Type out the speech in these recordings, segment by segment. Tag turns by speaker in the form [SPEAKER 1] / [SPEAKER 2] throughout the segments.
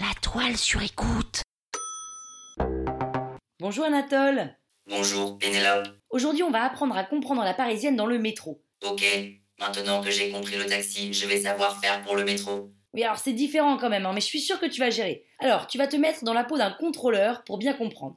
[SPEAKER 1] La toile sur écoute. Bonjour Anatole.
[SPEAKER 2] Bonjour, Pénélope.
[SPEAKER 1] Aujourd'hui, on va apprendre à comprendre la parisienne dans le métro.
[SPEAKER 2] Ok, maintenant que j'ai compris le taxi, je vais savoir faire pour le métro.
[SPEAKER 1] Oui, alors c'est différent quand même, hein, mais je suis sûre que tu vas gérer. Alors, tu vas te mettre dans la peau d'un contrôleur pour bien comprendre.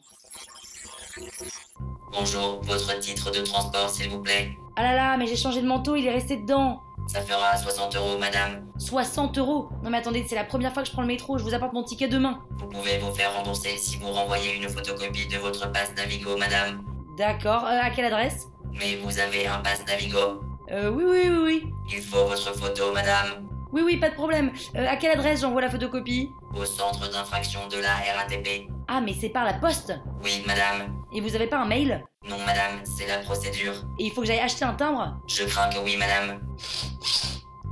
[SPEAKER 2] Bonjour, votre titre de transport, s'il vous plaît.
[SPEAKER 1] Ah là là, mais j'ai changé de manteau, il est resté dedans.
[SPEAKER 2] Ça fera 60 euros, madame.
[SPEAKER 1] 60 euros Non mais attendez, c'est la première fois que je prends le métro, je vous apporte mon ticket demain.
[SPEAKER 2] Vous pouvez vous faire rembourser si vous renvoyez une photocopie de votre passe Navigo, madame.
[SPEAKER 1] D'accord, euh, à quelle adresse
[SPEAKER 2] Mais vous avez un passe Navigo.
[SPEAKER 1] euh, oui, oui, oui, oui.
[SPEAKER 2] Il faut votre photo, madame.
[SPEAKER 1] Oui, oui, pas de problème. Euh, à quelle adresse j'envoie la photocopie
[SPEAKER 2] Au centre d'infraction de la RATP.
[SPEAKER 1] Ah, mais c'est par la poste
[SPEAKER 2] Oui, madame.
[SPEAKER 1] Et vous avez pas un mail
[SPEAKER 2] Non, madame, c'est la procédure.
[SPEAKER 1] Et il faut que j'aille acheter un timbre
[SPEAKER 2] Je crains que oui, madame.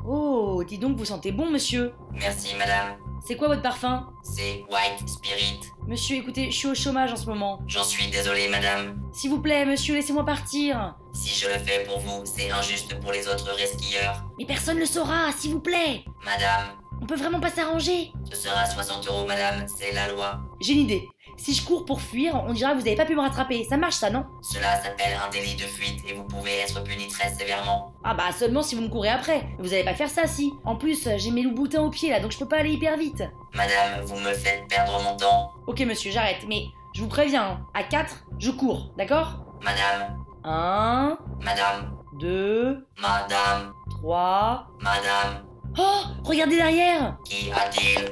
[SPEAKER 1] Oh, dis donc, vous sentez bon, monsieur.
[SPEAKER 2] Merci, madame.
[SPEAKER 1] C'est quoi votre parfum
[SPEAKER 2] C'est White Spirit.
[SPEAKER 1] Monsieur, écoutez, je suis au chômage en ce moment.
[SPEAKER 2] J'en suis désolé, madame.
[SPEAKER 1] S'il vous plaît, monsieur, laissez-moi partir.
[SPEAKER 2] Si je le fais pour vous, c'est injuste pour les autres resquilleurs.
[SPEAKER 1] Mais personne le saura, s'il vous plaît.
[SPEAKER 2] Madame,
[SPEAKER 1] On peut vraiment pas s'arranger.
[SPEAKER 2] ce sera 60 euros, madame, c'est la loi.
[SPEAKER 1] J'ai une idée. Si je cours pour fuir, on dira que vous avez pas pu me rattraper. Ça marche ça, non
[SPEAKER 2] Cela s'appelle un délit de fuite et vous pouvez être puni très sévèrement.
[SPEAKER 1] Ah bah seulement si vous me courez après. Vous allez pas faire ça si. En plus, j'ai mes loups boutins aux pieds là, donc je peux pas aller hyper vite.
[SPEAKER 2] Madame, vous me faites perdre mon temps.
[SPEAKER 1] Ok monsieur, j'arrête, mais je vous préviens, hein, à 4, je cours, d'accord
[SPEAKER 2] Madame,
[SPEAKER 1] 1,
[SPEAKER 2] madame,
[SPEAKER 1] 2,
[SPEAKER 2] madame,
[SPEAKER 1] 3.
[SPEAKER 2] madame,
[SPEAKER 1] Oh Regardez derrière
[SPEAKER 2] qui a-t-il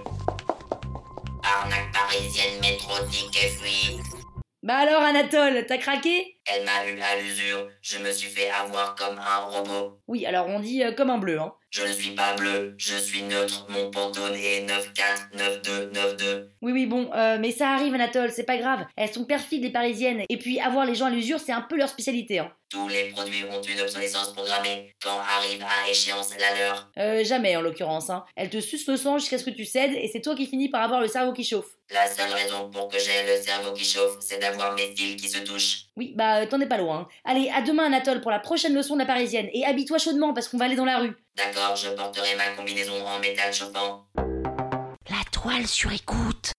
[SPEAKER 2] Arnaque parisienne, métro, ticket, fuite.
[SPEAKER 1] Bah alors Anatole, t'as craqué
[SPEAKER 2] Elle m'a eu à l'usure, je me suis fait avoir comme un robot.
[SPEAKER 1] Oui, alors on dit euh, comme un bleu, hein.
[SPEAKER 2] Je ne suis pas bleu, je suis neutre, mon pantone est 9-4, 9-2, 9-2.
[SPEAKER 1] Oui, oui, bon, euh, mais ça arrive Anatole, c'est pas grave. Elles sont perfides les parisiennes. Et puis avoir les gens à l'usure, c'est un peu leur spécialité, hein.
[SPEAKER 2] Tous les produits ont une obsolescence programmée quand arrive à échéance la leur.
[SPEAKER 1] Euh, jamais en l'occurrence, hein. Elles te sucent le sang jusqu'à ce que tu cèdes et c'est toi qui finis par avoir le cerveau qui chauffe.
[SPEAKER 2] La seule raison pour que j'ai le cerveau qui chauffe, c'est d'avoir mes fils qui se touchent.
[SPEAKER 1] Oui, bah euh, t'en es pas loin. hein. Allez, à demain Anatole pour la prochaine leçon de la parisienne et habille-toi chaudement parce qu'on va aller dans la rue.
[SPEAKER 2] D'accord, je porterai ma combinaison en métal chauffant.
[SPEAKER 1] La toile sur écoute.